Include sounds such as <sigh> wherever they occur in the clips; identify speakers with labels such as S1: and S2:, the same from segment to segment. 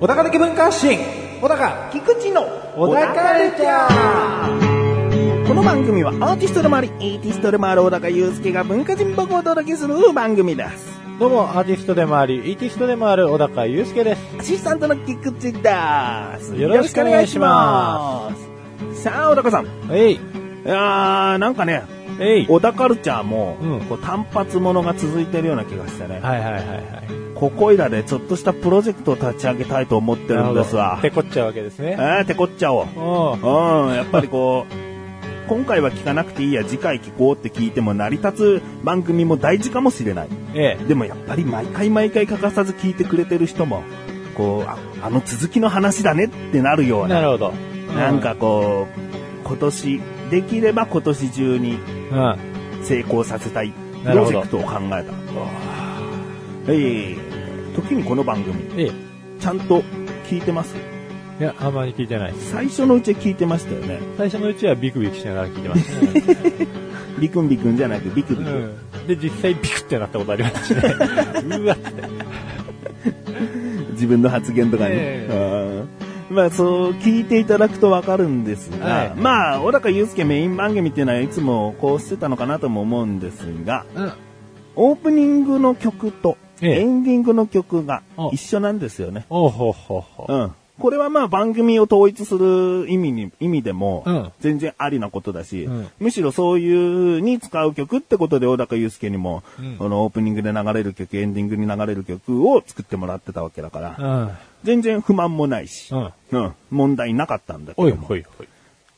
S1: 小高的文化発信小高
S2: 菊池の
S1: 小高レチャー
S2: この番組はアーティストでもあり、エイティストでもある小高祐介が文化人僕をお届けする番組です。
S1: どうもアーティストでもありイーティストでもある小高祐介です
S2: アシスタントの菊池です。。
S1: よろしくお願いします
S2: さあ、小高さん。い
S1: えい
S2: やー、なんかね、
S1: えい
S2: 小高カルチャーも、
S1: うん
S2: こう単発ものが続いてるような気がしてね、
S1: はいはいはいはい
S2: ここいらでちょっとしたプロジェクトを立ち上げたいと思ってるんですわ
S1: な。るほどてこっちゃうわけです
S2: え
S1: ね
S2: ー、てこっちゃおう。
S1: おう
S2: うん、やっぱりこう、今回は聞かなくていいや、次回聞こうって聞いても成り立つ番組も大事かもしれない。
S1: え
S2: でもやっぱり毎回毎回欠かさず聞いてくれてる人も、こう、ああの続きの話だねってなるよ
S1: え
S2: う
S1: な
S2: な、
S1: るほど
S2: なんかこう、今年、できれば今年中に
S1: うんうん
S2: 成功させたいプ
S1: なる
S2: ロ
S1: ほ
S2: ジェ
S1: ど
S2: クトを考えた。ええ時にこの番組、
S1: えい
S2: ちゃんと聞いてます
S1: いやあんまり聞いてないです
S2: 最初のうちは聞いてましたよね。
S1: 最初のうちはビクビクしながら聞いてました
S2: ビクンビクンじゃなくビクビク。
S1: うんで、実際ビクってなったことありましたしね。 <laughs> うわって。
S2: 自分の発言とかに、
S1: え
S2: うんまあそう聞いていただくとわかるんですが、
S1: はい
S2: まあ小高祐介メイン番組っていうのはいつもこうしてたのかなとも思うんですがオープニングの曲と
S1: ええ
S2: エンディングの曲が
S1: あ
S2: 一緒なんですよね、
S1: おうほうほうほう。
S2: うん、これはまあ番組を統一する意味に意味で
S1: う
S2: も
S1: ん
S2: 全然ありなことだし、
S1: うん
S2: むしろそういうに使う曲ってことで小高祐介にも、
S1: うん
S2: このオープニングで流れる曲エンディングに流れる曲を作ってもらってたわけだから、
S1: うん。
S2: 全然不満もないし、
S1: うん。
S2: うん、問題なかったんだけ
S1: おい
S2: ども、
S1: ほいほい。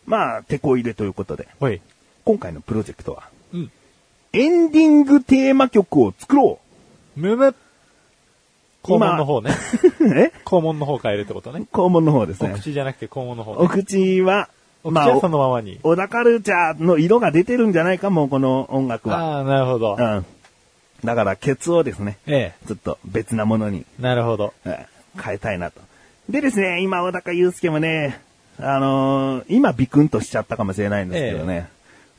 S2: まあ、手こ入れということで、
S1: ほい。
S2: 今回のプロジェクトは、
S1: うん。
S2: エンディングテーマ曲を作ろう
S1: むむ。肛門の方 <laughs> ね。
S2: え
S1: 肛門の方変えるってことね。
S2: 肛門の方です
S1: お
S2: ね。
S1: 口じゃなくて肛門の方
S2: お
S1: ね。
S2: 口は、
S1: お
S2: ま
S1: 口
S2: あ
S1: はそ、のままに。
S2: 小田カルチャーの色が出てるんじゃないかも、この音楽は。
S1: ああ、なるほど
S2: う。ん。だから、ケツをですね、
S1: え
S2: ちょっと別なものに
S1: え。なるほど。
S2: えー変えたいなと。でですね、今、小高祐介もね、あのー今、ビクンとしちゃったかもしれないんですけどね、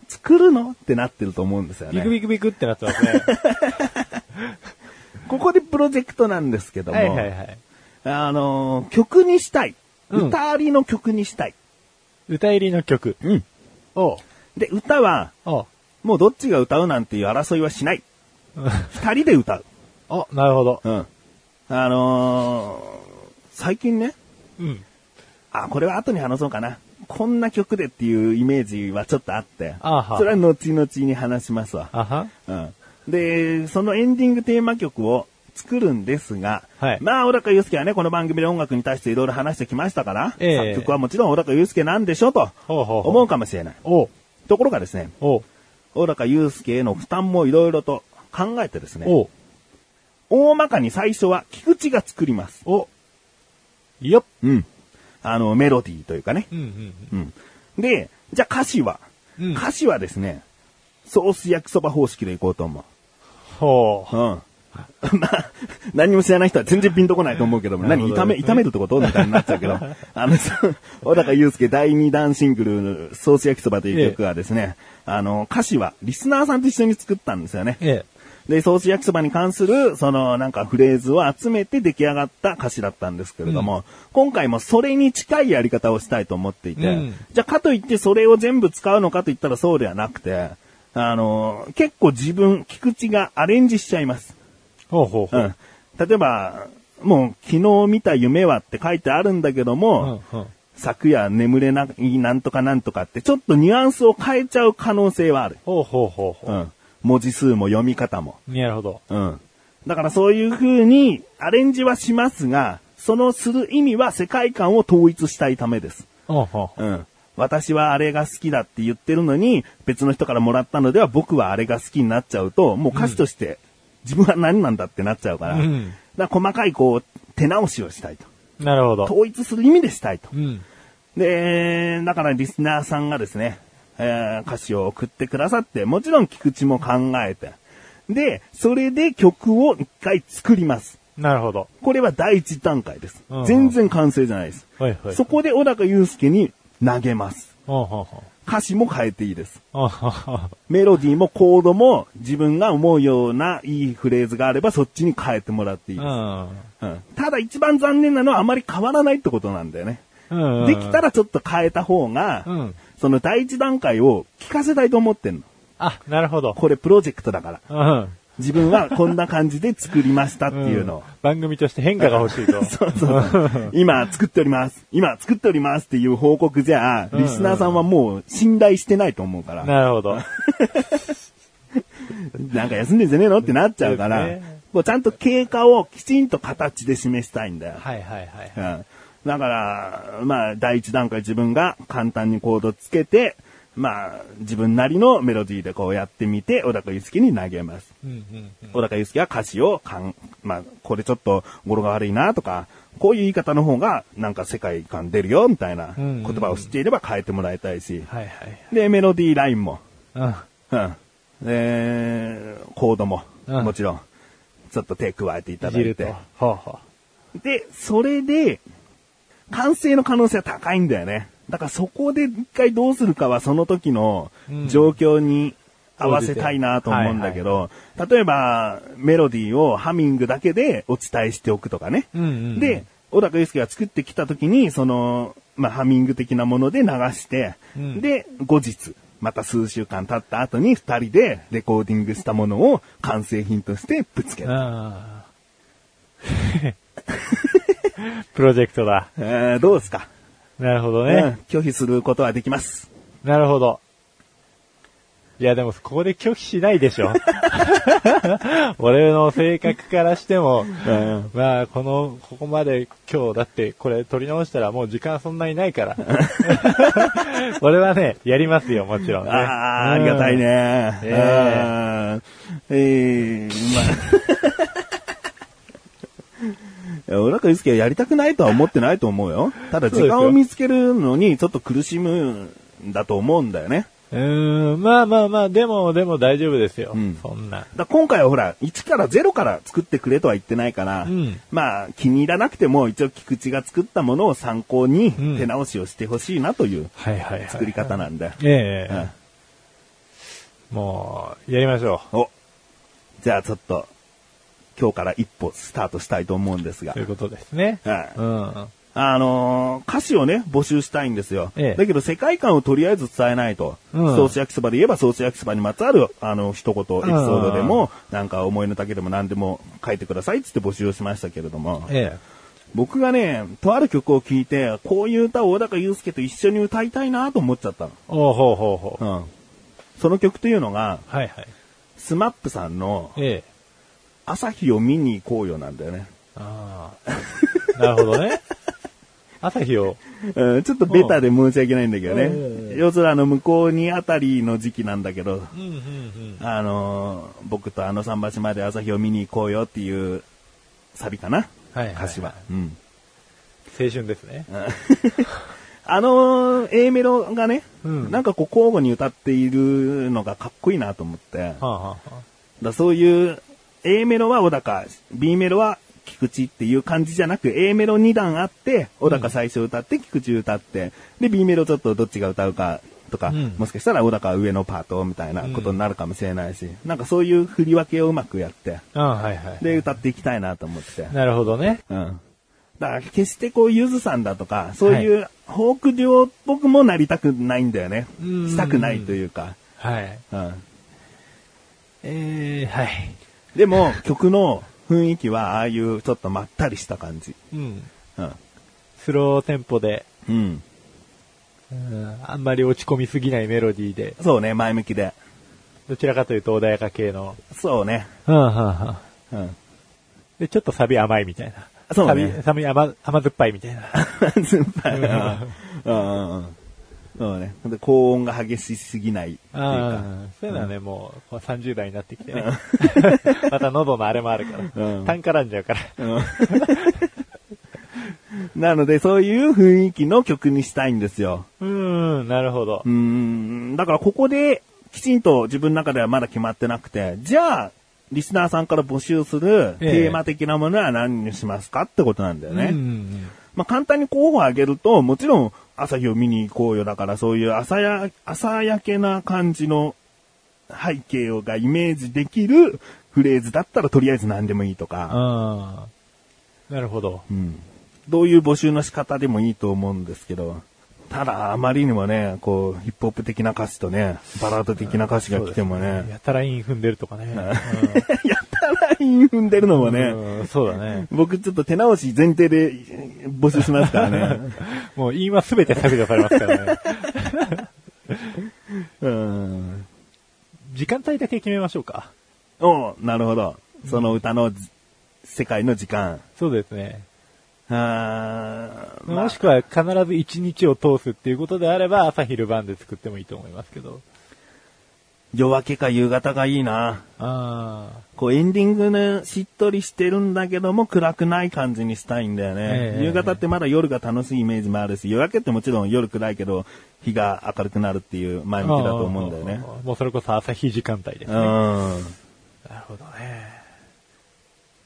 S2: 作るのってなってると思うんですよ
S1: ビク
S2: ね。
S1: ビクビクってなってますね。
S2: ここでプロジェクトなんですけども、
S1: はいはいはい。
S2: あのー曲にしたい。
S1: うん
S2: 歌ありの曲にしたい。
S1: 歌入りの曲。
S2: うん。
S1: おう。
S2: で、歌は、
S1: おう。
S2: もうどっちが歌うなんていう争いはしない。
S1: うん <laughs>
S2: 二人で歌う。
S1: お、なるほど。
S2: うん。あのー最近ね、
S1: うん。
S2: あ、これは後に話そうかな。こんな曲でっていうイメージはちょっとあって、
S1: あは
S2: それは後々に話しますわ。
S1: あは。
S2: うん、で、そのエンディングテーマ曲を作るんですが、
S1: はい
S2: まあ、小高祐介はね、この番組で音楽に対していろいろ話してきましたから、
S1: ええ
S2: 作曲はもちろん小高祐介なんでしょうと
S1: ほうほうほう
S2: 思うかもしれない。
S1: おう。
S2: ところがですね、
S1: おう。
S2: 小高祐介への負担もいろいろと考えてですね、
S1: おう。
S2: 大まかに最初は菊池が作ります。
S1: お。よっ。
S2: うん。あの、メロディーというかね。
S1: うんうん。
S2: うん。で、じゃあ歌詞は、
S1: うん
S2: 歌詞はですね、ソース焼きそば方式でいこうと思
S1: ほ
S2: う。うん。 <laughs> まあ、何も知らない人は全然ピンとこないと思うけども、
S1: なる
S2: 何
S1: ほど
S2: 炒め、炒めるってことみたいになっちゃうけ
S1: <laughs>
S2: ど、あの、そう小高祐介第2弾シングル、ソース焼きそばという曲はですね、あの、歌詞はリスナーさんと一緒に作ったんですよね
S1: う。。え
S2: で、ソース焼きそばに関する、その、なんかフレーズを集めて出来上がった歌詞だったんですけれども、今回もそれに近いやり方をしたいと思っていて、
S1: うん
S2: じゃあかといってそれを全部使うのかといったらそうではなくて、あの、結構自分、菊池がアレンジしちゃいます。
S1: ほうほうほ
S2: う
S1: う。
S2: ん。例えば、もう昨日見た夢はって書いてあるんだけど
S1: う
S2: も、
S1: んうん。
S2: 昨夜眠れないなんとかなんとかってちょっとニュアンスを変えちゃう可能性はある。
S1: ほうほうほう
S2: う
S1: ほ
S2: ん。文字数も読み方も。
S1: う。なるほど。
S2: うん。だからそういう風にアレンジはしますが、そのする意味は世界観を統一したいためです。
S1: ほうほ
S2: うん。私はあれが好きだって言ってるのに、別の人からもらったのでは僕はあれが好きになっちゃうと、もう歌詞として自分は何なんだってなっちゃうから、
S1: うん
S2: だから細かいこう、手直しをしたいと。
S1: う。なるほど。
S2: 統一する意味でしたいと
S1: う。ん。
S2: で、だからリスナーさんがですね、えー歌詞を送ってくださって、もちろん菊池も考えて。で、それで曲を一回作ります。
S1: なるほど。
S2: これは第一段階です
S1: うんう。ん
S2: 全然完成じゃないです。
S1: はいはい。
S2: そこで小高祐介に投げます。
S1: あはは。
S2: 歌詞も変えていいです。
S1: あはは。
S2: メロディーもコードも自分が思うようないいフレーズがあればそっちに変えてもらっていいです。うん、ただ一番残念なのはあまり変わらないってことなんだよね。
S1: うん。
S2: できた
S1: ら、
S2: らちょっと変えた方が、
S1: うん
S2: その第一段階を聞かせたいと思ってんの。
S1: あ、なるほど。
S2: これプロジェクトだから。
S1: うん。
S2: 自分はこんな感じで作りましたっていうのを。
S1: ん番組として変化が欲し <laughs> い
S2: <laughs>
S1: と。
S2: そうそうそう。今作っております。今作っておりますっていう報告じゃあ、
S1: うん
S2: リスナーさんはもう信頼してないと思うから、
S1: なるほ <laughs> ど。
S2: なんか休んでんじゃねえのってなっちゃうから、
S1: ですね
S2: こうちゃんと経過をきちんと形で示したいんだよ。
S1: はいはいはい。
S2: うん。だから、まあ、第一段階自分が簡単にコードつけて、まあ、自分なりのメロディーでこうやってみて、小高祐介に投げます。
S1: うんうんうん。
S2: 小高祐介は歌詞をかん、まあ、これちょっと語呂が悪いなとか、こういう言い方の方が、なんか世界観出るよ、みたいな
S1: うんうん
S2: 言葉を知っていれば変えてもらいたいし。
S1: はいはい。
S2: で、メロディーラインも、
S1: うん。
S2: うん。で、コードも、
S1: うん
S2: もちろん、ちょっと手加えていた
S1: い
S2: だ
S1: じ
S2: い
S1: ると。
S2: て
S1: は。あは
S2: で、それで、完成の可能性は高いんだよね。だからそこで一回どうするかはその時の
S1: うん
S2: 状況に合わせたいなと思うんだけど、例えばメロディーをハミングだけでお伝えしておくとかね。
S1: うんうんうん
S2: で、小高祐介が作ってきた時に、その、まあ、ハミング的なもので流して、
S1: うん
S2: で、後日、また数週間経った後に二人でレコーディングしたものを完成品としてぶつける。
S1: あ。うん。 <laughs> プロジェクトだ。
S2: えーどうですか
S1: なるほど
S2: う
S1: ね。
S2: ん拒否することはできます。
S1: なるほど。いやでも、ここで拒否しないでし
S2: <laughs>
S1: ょ。俺の性格からしても、
S2: うん。
S1: まあ、この、ここまで今日、だってこれ取り直したらもう時間そんなにな
S2: <laughs>
S1: いから。俺はね、やりますよ、もちろん、ね。
S2: ああ、ありがたいね。
S1: え
S2: えええ
S1: <laughs>
S2: まあ。浦川祐介はやりたくないとは思ってないと思うよ。ただ
S1: そう
S2: 時
S1: ですよ
S2: 間を見つけるのにちょっと苦しむんだと思うんだよね。
S1: うん。うーん、まあまあまあ、でも、でも大丈夫ですよ。
S2: うん
S1: そんな。
S2: だから今回はほら、1から0から作ってくれとは言ってないから、
S1: うん
S2: まあ気に入らなくても一応菊池が作ったものを参考に
S1: うん
S2: 手直しをしてほしいなという
S1: はいはいはい。
S2: 作り方なんだよ。
S1: ええ
S2: うん
S1: もう、やりましょ
S2: お。じゃあちょっと、今日から一歩スタートしたいと思うんです
S1: う。
S2: が
S1: とい。うことですね。
S2: はい
S1: うん。
S2: あのー歌詞をね、募集したいんですよ。
S1: ええ
S2: だけど世界観をとりあえず伝えないと。
S1: うん
S2: ソース焼きそばで言えばソース焼きそばにまつわる、あの、一言、エピソードでも、なんか思いの丈でも何でも書いてくださいっつって募集をしましたけれども、
S1: え
S2: 僕がね、とある曲を聴いて、こういう歌を小高祐介と一緒に歌いたいなと思っちゃった
S1: えおうほうほうほう。
S2: の。うん。その曲というのが、
S1: はいはい。
S2: スマップさんの
S1: ええ
S2: 朝日を見に行こうよなんだよね。
S1: ああ。なるほどね。 <laughs> 朝日を。
S2: うんちょっとベタで申し訳ないんだけど
S1: う
S2: ね。
S1: ん
S2: 夜空の向こうにあたりの時期なんだけど、
S1: うんうんうん。
S2: あのー僕とあの桟橋まで朝日を見に行こうよっていうサビかな
S1: はいはいはい
S2: 歌詞は。うん <laughs>
S1: 青春ですね。
S2: あのー A メロがね、
S1: うん
S2: なんかこう交互に歌っているのがかっこいいなと思って、
S1: はあ、はあは
S2: だそういう A メロは小高、B メロは菊池っていう感じじゃなく A メロ2段あって、小高最初歌って菊池歌って、で B メロちょっとどっちが歌うかとか、
S1: うん
S2: もしかしたら小高は上のパートみたいなことになるかもしれないし、なんかそういう振り分けをうまくやって、
S1: あ、ああはいはい。
S2: で歌っていきたいなと思って。
S1: なるほどね。
S2: うん。だから決してこうゆずさんだとか、そういうフォーク量っぽくもなりたくないんだよね。
S1: うん
S2: したくないというか。
S1: はい。
S2: うん。
S1: ええはい。
S2: でも、曲の雰囲気は、ああいうちょっとまったりした感じ。
S1: うん。
S2: うん。
S1: スローテンポで、
S2: うん。
S1: うん、あんまり落ち込みすぎないメロディーで、
S2: そうね、前向きで。
S1: どちらかというと穏やか系の。
S2: そうね。
S1: うん、はは
S2: うん。 <laughs>
S1: で、ちょっとサビ甘いみたいな。
S2: そうね
S1: サビ、サビ甘、甘酸っぱいみたいな。
S2: 酸っぱいな。うんうんうん。そうね。で、高音が激しすぎないっていうか。
S1: ああ、そういうのはね、もう、こう30代になってきてね。 <laughs> また喉のあれもあるから。
S2: うん
S1: 単価らんじゃうから。
S2: うんなので、そういう雰囲気の曲にしたいんですよ。
S1: うーん、なるほど
S2: う。ーん、だからここできちんと自分の中ではまだ決まってなくて、じゃあ、リスナーさんから募集する
S1: ええ
S2: テーマ的なものは何にしますかってことなんだよね。
S1: うん
S2: まあ、簡単に候補を挙げると、もちろん朝日を見に行こうよだから、そういう朝や、朝焼けな感じの背景をがイメージできるフレーズだったらとりあえず何でもいいとか、
S1: あーなるほど。
S2: うんどういう募集の仕方でもいいと思うんですけど、ただ、あまりにもね、こう、ヒップホップ的な歌詞とね、バラード的な歌詞が来てもね、
S1: やたらイン踏んでるとかね。
S2: やったらイン踏んでるのも <laughs> ね、
S1: うんうんそうだね。
S2: 僕ちょっと手直し前提で募集しますからね。
S1: <laughs> もうインはすべて削除されますからね。 <laughs>
S2: うん。
S1: 時間帯だけ決めましょうか。
S2: おうなるほど。その歌のじ世界の時間。
S1: そうですね。
S2: あーまあ
S1: もしくは必ず一日を通すっていうことであれば朝昼晩で作ってもいいと思いますけど。
S2: 夜明けか夕方がいいな。
S1: ああ。
S2: こうエンディングね、しっとりしてるんだけども暗くない感じにしたいんだよね。
S1: ええ
S2: 夕方ってまだ夜が楽しいイメージもあるし、夜明けってもちろん夜暗いけど日が明るくなるっていう前向きだと思うんだよね
S1: あ。ー。もうそれこそ朝日時間帯です
S2: う
S1: ね。
S2: ん。
S1: なるほどね。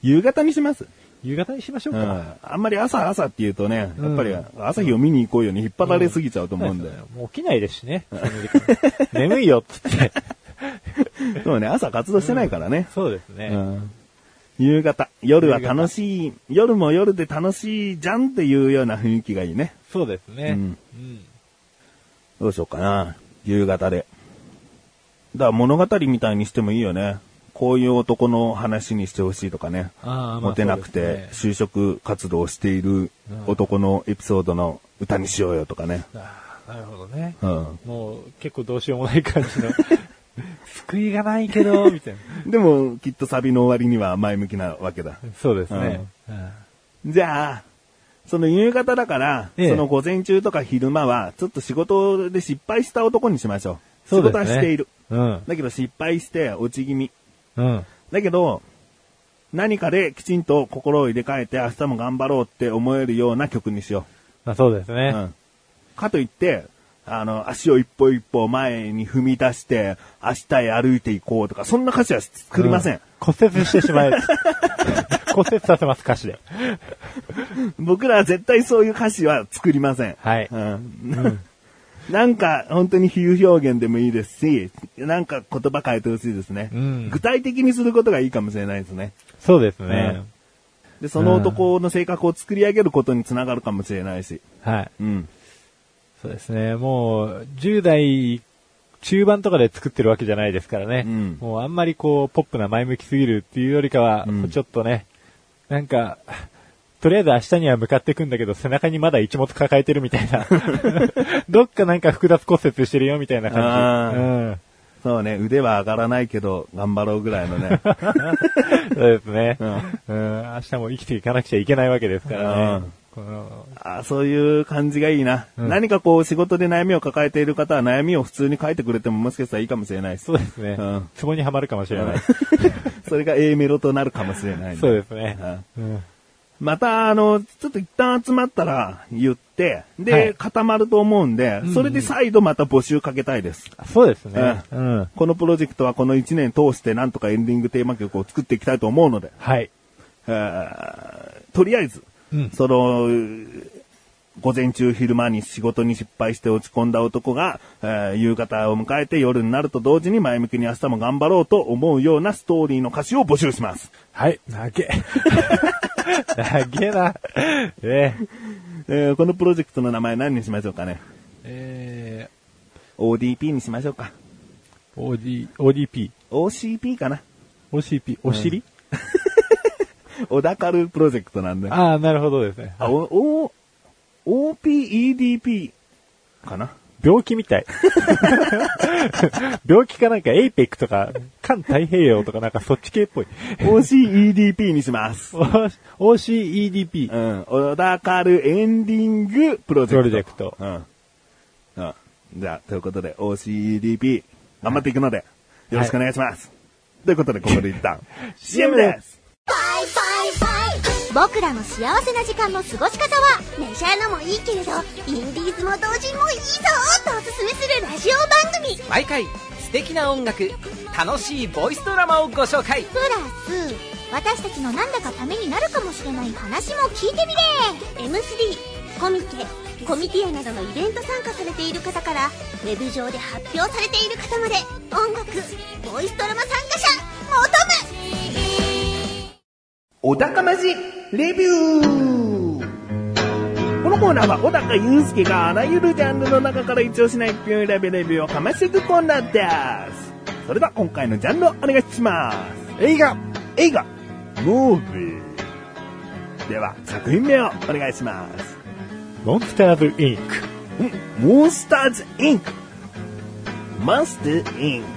S2: 夕方にします
S1: 夕方にしましょう
S2: う
S1: か。
S2: んあんまり朝朝って言うとね、やっ
S1: うん
S2: ぱり朝日を見に行こうように引っ張られすぎちゃうと思うんだ
S1: <laughs>
S2: よ。
S1: もう起きないですしね。その
S2: <laughs>
S1: 時間眠いよっつって。
S2: でもね、朝活動してないからね。
S1: そうですね。
S2: うん夕方、夜は楽しい、夜も夜で楽しいじゃんっていうような雰囲気がいいね。
S1: そうですね。
S2: うん
S1: うん
S2: どうしようかな。夕方で。だから物語みたいにしてもいいよね。こういう男の話にしてほしいとかね。
S1: あーまあ
S2: モテなく
S1: そう
S2: て
S1: で、すね
S2: 就職活動をしている男のエピソードの歌にしようよとかね。
S1: あーなるほどね。
S2: うん。
S1: もう結構どうしようもない感じの。 <laughs> 救いがないけど、みたいな。
S2: でも、きっとサビの終わりには前向きなわけだ。
S1: そうですね。うん
S2: じゃあ、その夕方だから、
S1: ええ
S2: その午前中とか昼間は、ちょっと仕事で失敗した男にしましょう。仕事はしている。。
S1: うん。
S2: だけど失敗して落ち気味。
S1: うん。
S2: だけど、何かできちんと心を入れ替えて明日も頑張ろうって思えるような曲にしよ
S1: まあそうです
S2: う。う
S1: ね。
S2: ん。かといって、あの、足を一歩一歩前に踏み出して、明日へ歩いていこうとか、そんな歌詞は作りません
S1: う。骨折してしまえ。 <laughs> 骨折させます、歌詞で。
S2: 僕らは絶対そういう歌詞は作りません。
S1: はい
S2: うん。 <laughs> なんか、本当に比喩表現でもいいですし、なんか言葉変えてほしいですね。
S1: うん
S2: 具体的にすることがいいかもしれないですね。
S1: そうですね。
S2: で、その男の性格を作り上げることにつながるかもしれないし。
S1: はい。
S2: うん。
S1: そうですね。もう、10代中盤とかで作ってるわけじゃないですからね。
S2: うん
S1: もうあんまりこう、ポップな前向きすぎるっていうよりかは、
S2: うん
S1: ちょっとね、なんか、とりあえず明日には向かっていくんだけど、背中にまだ一物抱えてるみた
S2: <laughs>
S1: いな。どっかなんか複雑骨折してるよみたいな
S2: あ
S1: 感
S2: そうね、腕は上がらないけど、頑張ろうぐらいの
S1: <laughs>
S2: ね。
S1: じ。うん。そうですね、
S2: うん
S1: うん。明日も生きていかなくちゃいけないわけですからね。この
S2: あーそういう感じがいいな、
S1: うん
S2: 何かこう、仕事で悩みを抱えている方は悩みを普通に書いてくれてももしかしたらいいかもしれないし
S1: そうですね。
S2: うん
S1: ツボにはまるかもしれない。
S2: それが A メロとなるかもしれないね、
S1: そうですね。
S2: うん
S1: うん
S2: また、あの、ちょっと一旦集まったら言って、で、
S1: はい
S2: 固まると思うんで、それで再度また募集かけたいです。
S1: そうですね。うん。
S2: このプロジェクトはこの1年通してなんとかエンディングテーマ曲を作っていきたいと思うので、
S1: はい。
S2: えーとりあえず、
S1: うん
S2: その、午前中昼間に仕事に失敗して落ち込んだ男が、えー夕方を迎えて夜になると同時に前向きに明日も頑張ろうと思うようなストーリーの歌詞を募集します。
S1: はい、投げ。投げな。え
S2: えーこのプロジェクトの名前何にしましょうかね。
S1: え
S2: ODP にしましょうか。
S1: ー、OD、ODP。
S2: OCP かな。
S1: OCP、お尻、
S2: 小田カルプロジェクトなんで。あ、
S1: ああ、なるほどですね。
S2: お、お、OPEDP かな。
S1: 病気みたい。病気かなんか、エイペックとか、環太平洋とかなんかそっち系っぽい。
S2: OCEDP にします。
S1: O- OCEDP。
S2: うん。小田カルエンディングプロジェクト。
S1: プロジェクト
S2: うん。うん。じゃあ、ということで OCEDP 頑張っていくので、よろしくお願いします。ということで、ここで一旦、CM です
S3: 僕らの幸せな時間の過ごし方はメジャーのもいいけれどインディーズも同人もいいぞとおすすめするラジオ番組プ
S4: 毎回素敵な音楽楽しいボイスドラマをご紹介
S3: ラス私たちのなんだかためになるかもしれない話も聞いてみれ M3 コミケコミティアなどのイベント参加されている方からウェブ上で発表されている方まで音楽ボイストラマ参加者求む
S2: 小高まじレビューこのコーナーは小高祐介があらゆるジャンルの中から一押しな一品を選びレビューをかましていくコーナーですそれでは今回のジャンルをお願いします
S1: 映画
S2: 映画ムービーでは作品名をお願いします
S1: モンスターズインク。
S2: んモンスターズインクマンスターインク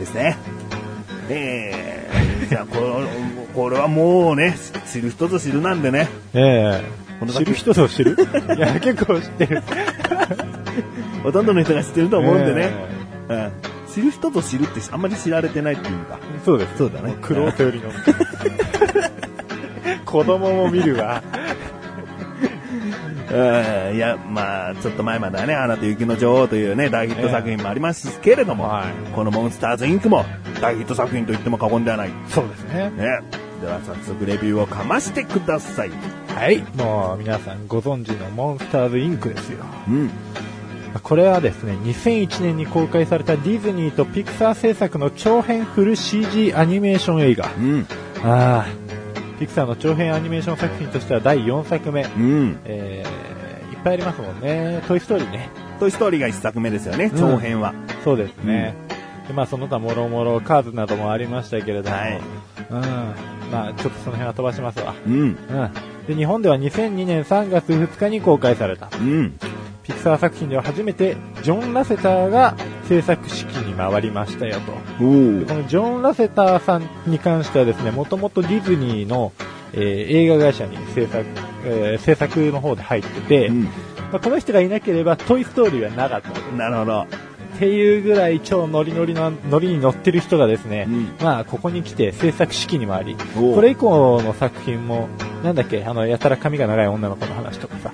S2: ですね。
S1: <laughs>
S2: えー、じゃあこれ、これはもうね、知る人ぞ知るなんでね、
S1: ええ
S2: この
S1: 知る人ぞ知るいや、結構知ってる。
S2: ほとんどの人が知ってると思うんでね、
S1: え
S2: うん、知る人ぞ知るってあんまり知られてないっていうか、
S1: そうです。
S2: そうだね
S1: クロートより <laughs> の。子供も見るわ。
S2: うん、いや、まあちょっと前まではね、アナと雪の女王というね、大ヒット作品もありますけれども、
S1: はい
S2: このモンスターズインクも大ヒット作品と言っても過言ではない。
S1: そうですね。
S2: ね。では早速レビューをかましてください。
S1: はい。もう皆さんご存知のモンスターズインクですよ。
S2: うん。
S1: これはですね、2001年に公開されたディズニーとピクサー制作の長編フル CG アニメーション映画。
S2: うん。
S1: ああ。ピクサーの長編アニメーション作品としては第4作目。
S2: うん。
S1: えー、いっぱいありますもんね。トイストーリーね。
S2: トイストーリーが一作目ですよね、
S1: うん
S2: 長編は。
S1: そうですね。でまあその他もろもろカーズなどもありましたけれども、
S2: はい
S1: うん。まあちょっとその辺は飛ばしますわ。
S2: うん。
S1: うん。で、日本では2002年3月2日に公開された。
S2: うん。
S1: ピクサー作品では初めてジョン・ラセターが制作指揮に回りましたよと。
S2: お
S1: このジョン・ラセターさんに関してはですね、もともとディズニーの、えー映画会社に制作、えー制作の方で入ってて、
S2: うん。
S1: まあ、この人がいなければトイストーリーはなかった。
S2: なるほど。
S1: っていうぐらい超ノリノリの、ノリに乗ってる人がですね、
S2: うん
S1: まあ、ここに来て制作指揮に回り、
S2: おう
S1: これ以降の作品も、なんだっけ、あの、やたら髪が長い女の子の話とかさ、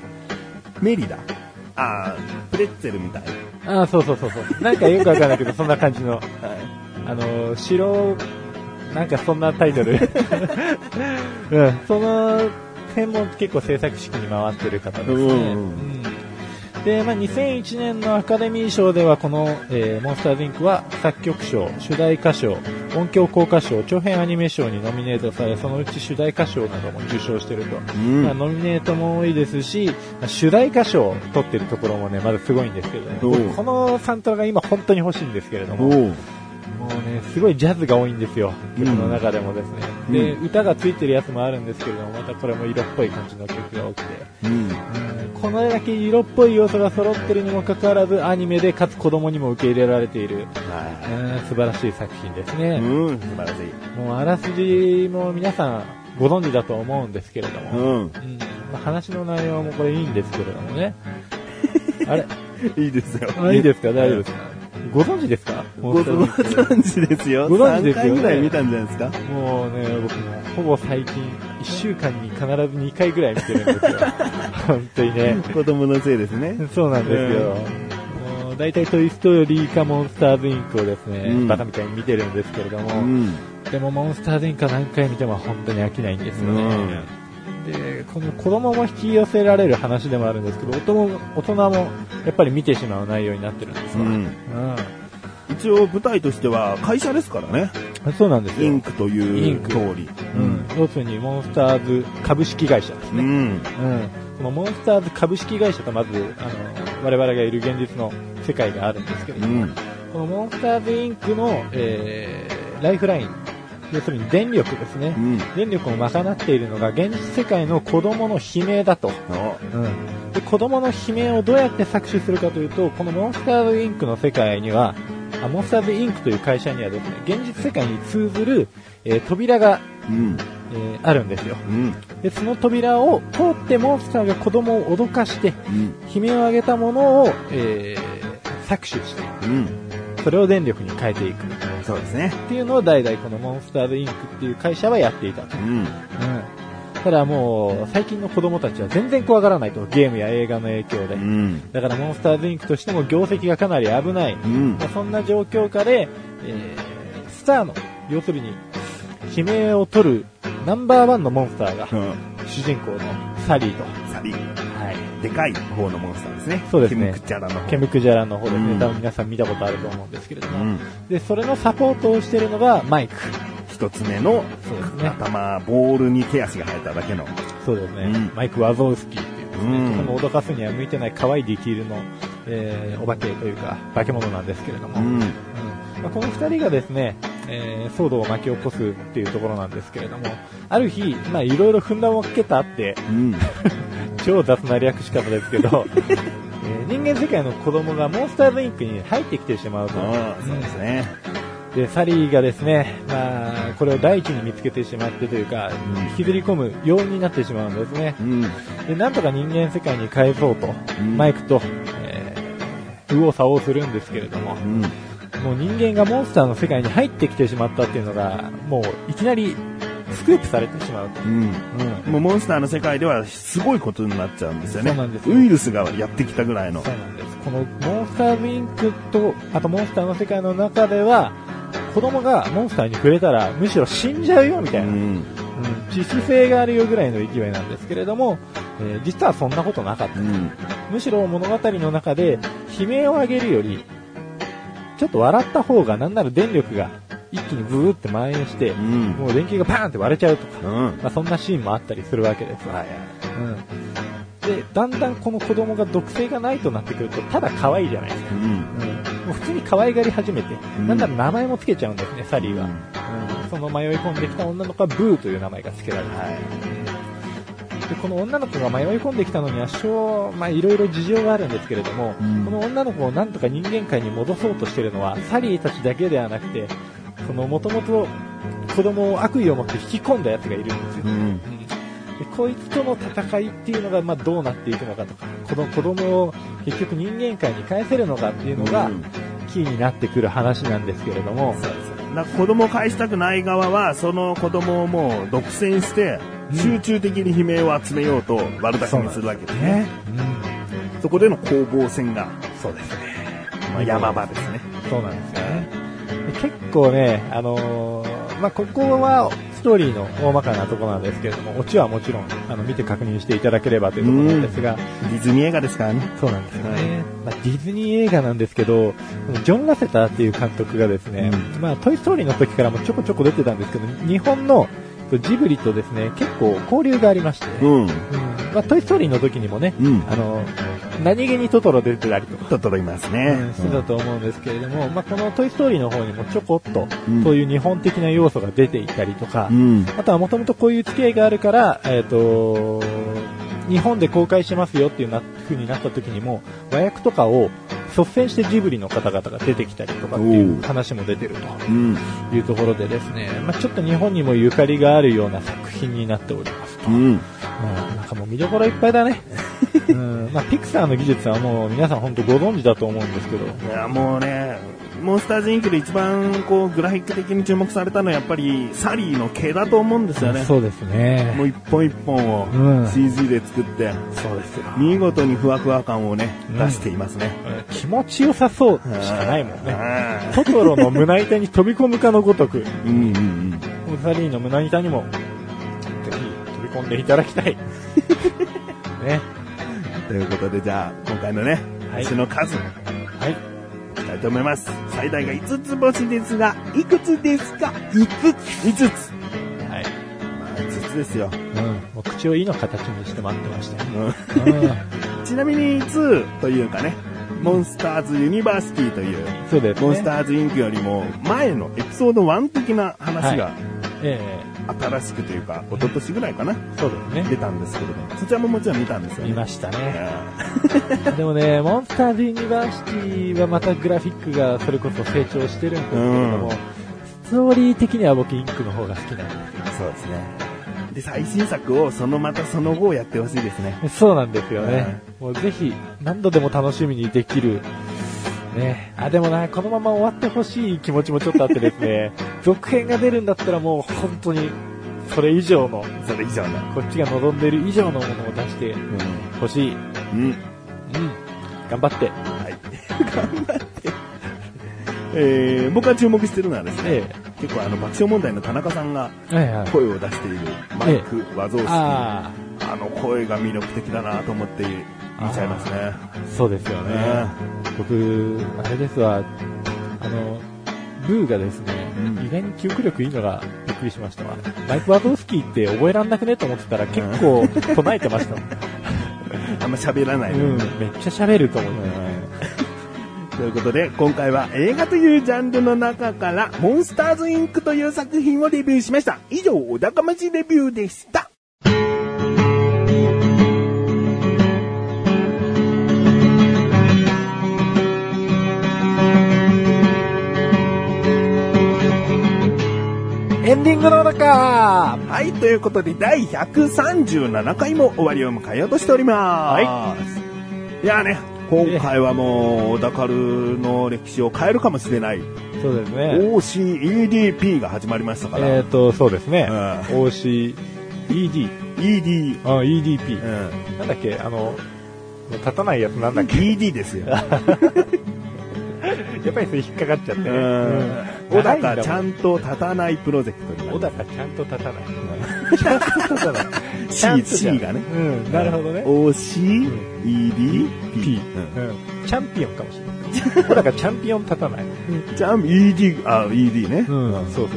S2: メリだ。あー、プレッツェルみたい。
S1: ああ、そうそうそうそう。なんかよくわかんないけど、そんな感じの。
S2: は
S1: あの、白、なんかそんなタイトル。 <laughs> うん。その辺も結構制作式に回ってる方ですね。
S2: うん
S1: うんで、まあ、2001年のアカデミー賞では、この、えーモンスターズインクは作曲賞、主題歌賞、音響効果賞、長編アニメ賞にノミネートされ、そのうち主題歌賞なども受賞してる
S2: い。
S1: と。
S2: う
S1: まあ、ノミネートも多いですし、まあ主題歌賞を取ってるところもね、まだすごいんですけどね。
S2: おう
S1: 僕このサントラが今本当に欲しいんですけれども、
S2: おう。
S1: もうね、すごいジャズが多いんですよ、
S2: うん
S1: 曲の中でもですね。で、歌がついてるやつもあるんですけれども、またこれも色っぽい感じの曲が多くて、
S2: うん。
S1: このだけ色っぽい要素が揃ってるにもかかわらず、アニメでかつ子供にも受け入れられている、う
S2: は
S1: ん素晴らしい作品です
S2: い。
S1: ね。
S2: うん。素晴らしい。
S1: もうあらすじも皆さんご存知だと思うんですけれども、
S2: うん。
S1: うんまあ話の内容もこれいいんですけれども <laughs> ね。あれ
S2: いいですよ
S1: あ。いいですか大丈夫ですかご存知ですか
S2: ごご存知ですよ。
S1: ご存知ですよ
S2: 3
S1: ね
S2: 回ぐらい見たんじゃないですか。
S1: もうね、僕もほぼ最近、1週間に必ず2回ぐらい見てるん <laughs> ですよ。本当にね。
S2: 子供のせいですね。
S1: そうなんですよ。もう大体トイストーリーかモンスターズインクをですね、
S2: うん
S1: バカみたいに見てるんですけれど
S2: う
S1: も、
S2: ん。
S1: でもモンスターズインクは何回見ても本当に飽きないんですよね。で、この子供も引き寄せられる話でもあるんですけど、大人も大人もやっぱり見てしまう内容になってるんですわ。
S2: うん
S1: う
S2: 一応舞台としては会社ですからね。
S1: んそうなんです
S2: イ
S1: よ
S2: ン。クと
S1: イ
S2: い
S1: ン
S2: う
S1: ク
S2: 通り。
S1: うん。要するにモンスターズ株式会社です
S2: う
S1: ね。
S2: ん。
S1: うん、そのモンスターズ株式会社とまずあの我々がいる現実の世界があるんですけれ
S2: う
S1: ども、
S2: ん。
S1: このモンスターズインクの、えーライフライン要するに電力ですね、
S2: うん。
S1: 電力を賄っているのが現実世界の子供の悲鳴だと、
S2: あ
S1: で子供の悲鳴をどうやって搾取するかというとこのモンスターズインクの世界にはあモンスターズインクという会社にはですね現実世界に通ずる、えー扉が、
S2: うん。
S1: えーあるんですよ
S2: うん。
S1: でその扉を通ってモンスターが子供を脅かして
S2: うん。
S1: 悲鳴を上げたものを、えー搾取して
S2: うん。
S1: それを電力に変えていくっ
S2: そうですね。
S1: ていうのを代々このモンスターズインクっていう会社はやっていたと、
S2: うん。
S1: ただもう最近の子供たちは全然怖がらないとゲームや映画の影響で、
S2: うん。
S1: だからモンスターズインクとしても業績がかなり危ない、
S2: うん
S1: まあ。そんな状況下で、えースターの要するに悲鳴を取るナンバーワンのモンスターが、
S2: うん。
S1: 主人公のサリーと、
S2: サビ。はい。でかい方のモンスターですね。
S1: そうですね
S2: ケムクチャラの方。
S1: ケムクジャラの方ですね、
S2: うん
S1: 多分皆さん見たことあると思うんですけれど
S2: う
S1: も、
S2: ん。
S1: で、それのサポートをしてるのがマイク。
S2: 一つ目の、
S1: そうですね
S2: 頭、ボールに手足が生えただけの。
S1: そうですね、
S2: うん
S1: マイク・ワゾウスキーっていうですね、
S2: うん
S1: とても脅かすには向いてない可愛いディティールの、えーお化けというか、化け物なんですけれど
S2: う
S1: も、
S2: ん。
S1: うんまあこの2人がですね、えー騒動を巻き起こすっていうところなんですけれども、ある日、まあいろいろふんだんをかけたって、
S2: うん。
S1: 超雑な略し方です
S2: <laughs>
S1: けど、えー人間世界の子供がモンスターズインクに入ってきてしまうと。
S2: ああ、そうですね。
S1: で、サリーがですね、まあ、これを第一に見つけてしまってというか、
S2: ん
S1: 引きずり込むようになってしまうんですね。
S2: うん。
S1: で、なんとか人間世界に返そうと、
S2: うん
S1: マイクと、えー、右往左往するんですけれども、
S2: うん。
S1: もう人間がモンスターの世界に入ってきてしまったっていうのが、もういきなりスクープされてしまうと。
S2: うん。
S1: うん。
S2: もうモンスターの世界ではすごいことになっちゃうんですよね。
S1: そうなんですよ
S2: ウイルスがやってきたぐらいの。
S1: そうなんです。このモンスターズインクと、あとモンスターの世界の中では、子供がモンスターに触れたらむしろ死んじゃうよみた
S2: う
S1: いな。
S2: ん。
S1: うん、致死性があるよぐらいの勢いなんですけれども、えー実はそんなことなかっ
S2: う
S1: た。
S2: ん。
S1: むしろ物語の中で悲鳴を上げるより、ちょっと笑った方がなんなら電力が一気にブーって蔓延して
S2: う、ん。
S1: もう電球がバーンって割れちゃうとか、
S2: うん。
S1: まあ、そんなシーンもあったりするわけです。
S2: はい。
S1: うん、で、だんだんこの子供が毒性がないとなってくると、ただ可愛いじゃないですか。
S2: うん。
S1: うん、もう普通に可愛がり始めて、
S2: ん
S1: なんなら名前もつけちゃうんですね、サリーは。うん、その迷い込んできた女の子はブーという名前が付けられた。
S2: は
S1: でこの女の子が迷い込んできたのにはしょうまあいろいろ事情があるんですけれども、
S2: うん
S1: この女の子をなんとか人間界に戻そうとしてるのはサリーたちだけではなくてその元々子供を悪意を持って引き込んだやつがいるんですよ、
S2: い。うん。
S1: でこいつとの戦いっていうのがまあどうなっていくのかとかこの子供を結局人間界に返せるのかっていうのが
S2: うん
S1: キーになってくる話なんですけれども、
S2: なんか子供を返したくない側は、その子供をもう独占して、
S1: うん
S2: 集中的に悲鳴を集めようと悪だくみするわけですね。
S1: うん、
S2: そこでの攻防戦が、
S1: そうですね
S2: まあ、山場ですね。
S1: そうなんですよね。で結構ね、あのーまあ、ここはストーリーの大まかなところなんですけれども、オチはもちろん、あの、見て確認していただければというところなんですが、
S2: ディズニー映画ですからね。
S1: そうなんですよね。まあ、ディズニー映画なんですけど、ジョン・ラセターっていう監督がですね、まあ、トイ・ストーリーの時からもちょこちょこ出てたんですけど、日本のジブリとですね、結構交流がありまして、
S2: うん。
S1: うんまあ、トイ・ストーリーの時にもね、
S2: うん。
S1: あの、何気にトトロ出てたりとか、
S2: とっとといます
S1: うん
S2: ね。
S1: してたと思うんですけれども、まあ、この「トイ・ストーリー」の方にもちょこっと、
S2: うん
S1: そういう日本的な要素が出ていたりとか、
S2: うん。
S1: あとはもともとこういう付き合いがあるから、えっと日本で公開しますよっていうな風になった時にも和訳とかを率先してジブリの方々が出てきたりとかってい
S2: お
S1: う
S2: う
S1: 話も出てる
S2: うん。
S1: というところでですね、まあ、ちょっと日本にもゆかりがあるような作品になっておりますと。
S2: うん。
S1: うんなんかもう見どころいっぱいだね。 <laughs> うんまあ、ピクサーの技術はもう皆さん本当ご存知だと思うんですけど、
S2: いや、もうね、モンスターズインクで一番こうグラフィック的に注目されたのはやっぱりサリーの毛だと思うんですよね。
S1: そうですね。
S2: もう一本一本
S1: う
S2: を
S1: ん
S2: CG で作って、
S1: そうですよ。
S2: 見事にふわふわ感をね、
S1: うん
S2: 出していますね。
S1: 気持ちよさそうしかないもんね。
S2: ね。
S1: トトロの胸板に飛び込むかのごとく、
S2: うんうんうん。
S1: モサリーの胸板にも、ぜひ飛び込んでいただきた <laughs> い。ね。
S2: ということで、じゃあ、今回のね、
S1: はい
S2: 星の数、い
S1: はい。
S2: きたいと思います。最大が5つ星ですが、いくつですか ?5 つ !5 つ
S1: はい。
S2: まあ、5つですよ。
S1: うん。もう口をいの形にして待ってましたよ。
S2: うん
S1: う。
S2: ちなみに2というかね、モンスターズユニバーシティというん
S1: そうです、ね。
S2: モンスターズインクよりも前のエピソード1的な話が
S1: え
S2: 新しくというか、一昨年ぐらいかな、
S1: えそうです
S2: 出
S1: ね。
S2: たんですけれども、そちらももちろん見たんですよね。
S1: 見ました
S2: い
S1: ね。
S2: や
S1: でもね、モンスターズユニバーシティはまたグラフィックがそれこそ成長してるんですけれども、
S2: うん
S1: ストーリー的には僕インクの方が好きなんです。
S2: ーそうですね。で、最新作をそのまたその後やってほしいですね。
S1: そうなんですよね。もうぜひ、何度でも楽しみにできる。ね。あ、でもな、このまま終わってほしい気持ちもちょっとあってです <laughs> ね、続編が出るんだったらもう本当に、それ以上の、
S2: それ以上の。
S1: こっちが望んでる以上のものを出して
S2: う
S1: ほしい。う
S2: ん。
S1: ん。
S2: うん。
S1: 頑張って。
S2: はい。頑張って。えー、僕が注目してるのはですね、
S1: ええ
S2: 結構あの爆笑問題の田中さんが
S1: はいはい。
S2: 声を出しているマイク和蔵式あ
S1: あ
S2: の声が魅力的だなと思って見ちゃいますね
S1: あ、そうですよね。僕、あれですわ、あの、ブーがですね、
S2: うん
S1: 意外に記憶力いいのがびっくりしましたわ。マイク・ワドウスキーって覚えらんなくねと思ってたら結構唱えてましたもん。
S2: あんま喋らない、
S1: うん、めっちゃ喋ると思って。
S2: ということで今回は映画というジャンルの中から「モンスターズインク」という作品をレビューしました以上お高ましレビューでした
S1: エンディングの中
S2: はい、ということで、第137回も終わりを迎えようとしております。はい。いやね、今回はもう、小田カルの歴史を変えるかもしれない、
S1: そうですね。
S2: OCEDP が始まりましたから、
S1: えっ、と、そうですね。
S2: うん
S1: OC、ED、
S2: ED、
S1: あ EDP
S2: う。ん、
S1: なんだっけあの、もう立たないやつなんだっけ
S2: ED ですよ。
S1: やっぱりそれ引っかかっちゃって
S2: う
S1: ね。
S2: ん小
S1: 長いんだ
S2: 高
S1: も
S2: ちゃんと立たないプロジェクトにな
S1: 小
S2: りま
S1: 高ちゃんと立たない。 <laughs> ちゃんと立たない。
S2: す C,
S1: ちゃん
S2: C
S1: とじゃ
S2: が
S1: ん
S2: ね。
S1: うん、なるほどね。
S2: OCEDP。うん
S1: うん。チャンピオンかもしれない。小高チャンピオン立たない。
S2: じゃあ、ED、あ、ED ね。
S1: うん、そうそう。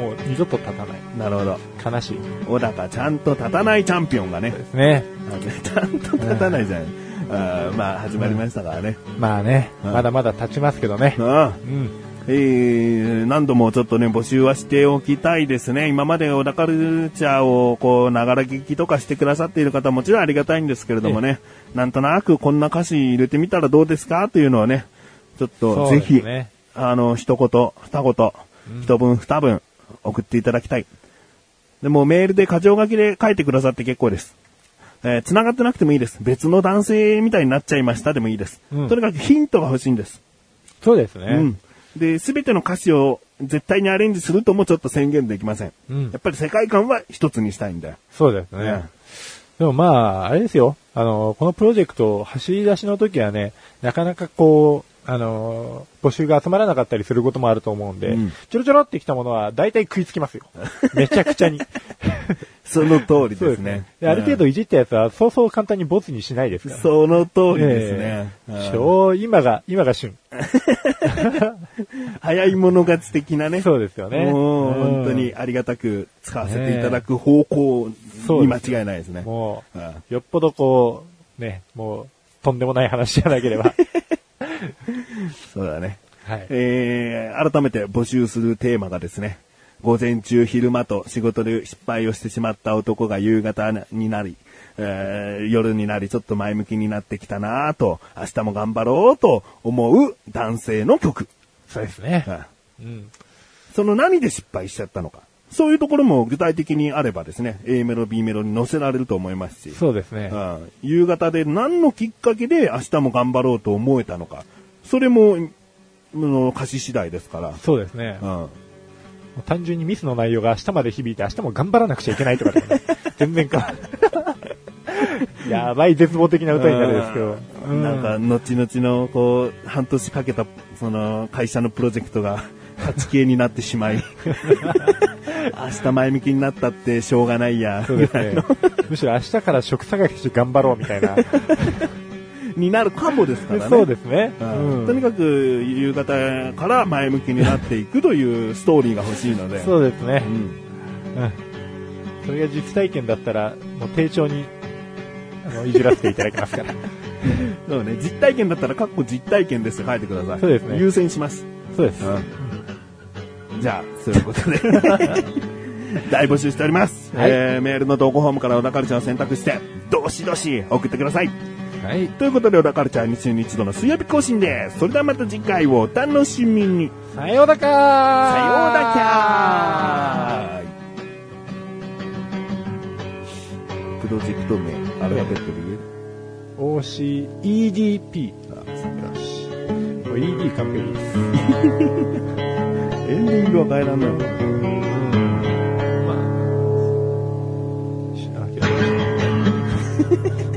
S1: もう二度と立たない。
S2: なるほど。
S1: 悲しい。
S2: 小高ちゃんと立たないチャンピオンがね、
S1: ですね。
S2: あのちゃんと立たないじゃない。あーまあ、始まりましたからね。
S1: まあね、
S2: うん
S1: まだまだ立ちますけどね
S2: う。ん。
S1: うん。
S2: えー、何度もちょっとね、募集はしておきたいですね。今まで小田カルチャーを、こう、ながら聞きとかしてくださっている方はもちろんありがたいんですけれどもね、なんとなくこんな歌詞入れてみたらどうですかというのはね、ちょっと、
S1: そ
S2: ぜ
S1: うです
S2: ひ、
S1: ね
S2: あの、一言、二言、一文、二文、送っていただきたい。でもメールで箇条書きで書いてくださって結構です。えー繋がってなくてもいいです。別の男性みたいになっちゃいましたでもいいです。
S1: うん
S2: とにかくヒントが欲しいんです。
S1: そうです
S2: う
S1: ね
S2: ん。。で、すべての歌詞を絶対にアレンジするともちょっと宣言できません。
S1: うん
S2: やっぱり世界観は一つにしたいんだよ。
S1: そうです
S2: ね
S1: ね。でもまあ、あれですよ。あの、このプロジェクト、走り出しの時はね、なかなかこう、あの、募集が集まらなかったりすることもあると思うんで、
S2: うん
S1: ちょろちょろってきたものは大体食いつきます
S2: <laughs>
S1: よ。めちゃくちゃに。
S2: その通りですね。
S1: である程度いじったやつは、そうそう簡単にボツにしないです
S2: うん、
S1: から。
S2: その通りですね。う
S1: え
S2: ん
S1: えそう今が、今が旬。
S2: 早い者勝ち的なね。
S1: そうですよね。
S2: もう
S1: うん
S2: 本当に。ありがたく使わせていただく方向に間違いないですね。
S1: もう、
S2: うん
S1: よっぽどこう、ね、もう、とんでもない話じゃなけれ
S2: <laughs>
S1: ば。
S2: そうだね。
S1: はい。
S2: えー、改めて募集するテーマがですね、午前中昼間と仕事で失敗をしてしまった男が夕方になり、えー夜になりちょっと前向きになってきたなぁと、明日も頑張ろうと思う男性の曲。
S1: そうですね
S2: う。ん
S1: うん。
S2: その何で失敗しちゃったのか。そういうところも具体的にあればですね、A メロ、B メロに載せられると思いますし、
S1: そうですね。
S2: うん夕方で何のきっかけで明日も頑張ろうと思えたのか。それも、うん歌詞次第ですから。
S1: そうですね。も
S2: うん
S1: う単純にミスの内容が明日まで響いて、明日も頑張らなくちゃいけないとかでも
S2: <laughs>
S1: ね、全然変わる。 <laughs> やばい絶望的な歌になるんですけど。
S2: うんなんか、後々の、こう、半年かけた、その、会社のプロジェクトが、立ち消えになってしま
S1: <laughs>
S2: い、明日前向きになったってしょうがないや、
S1: そうで
S2: <laughs>
S1: すね。むしろ明日から食探し頑張ろうみたいな。
S2: になるかもですからね。
S1: そうですね。
S2: うん
S1: うん
S2: とにかく、夕方から前向きになっていくというストーリーが欲しいので。
S1: そうですね
S2: う。ん
S1: うんそれが実体験だったら、もう丁重に、あの、いじらせていただき <laughs> ますから。
S2: そうね、実体験だったら、かっこ実体験ですって書いてください。
S1: そうですね
S2: 優先します。
S1: そうです。
S2: じゃあ、そういうことで。 <laughs> 大募集しております。
S1: はい
S2: えーメールの投稿フォームから小田カルチャーを選択して、どしどし送ってください。
S1: はい。
S2: ということで、小田カルチャー2週に一度の水曜日更新です。それではまた次回をお楽しみに。
S1: さようだか
S2: さようだき
S1: ゃ
S2: ゃープロジェクト名、アルファベットで言う
S1: OCEDP。
S2: あそっか
S1: これ ED 完璧です。
S2: エンディングは変えらんないの
S1: まあ、しなきゃ。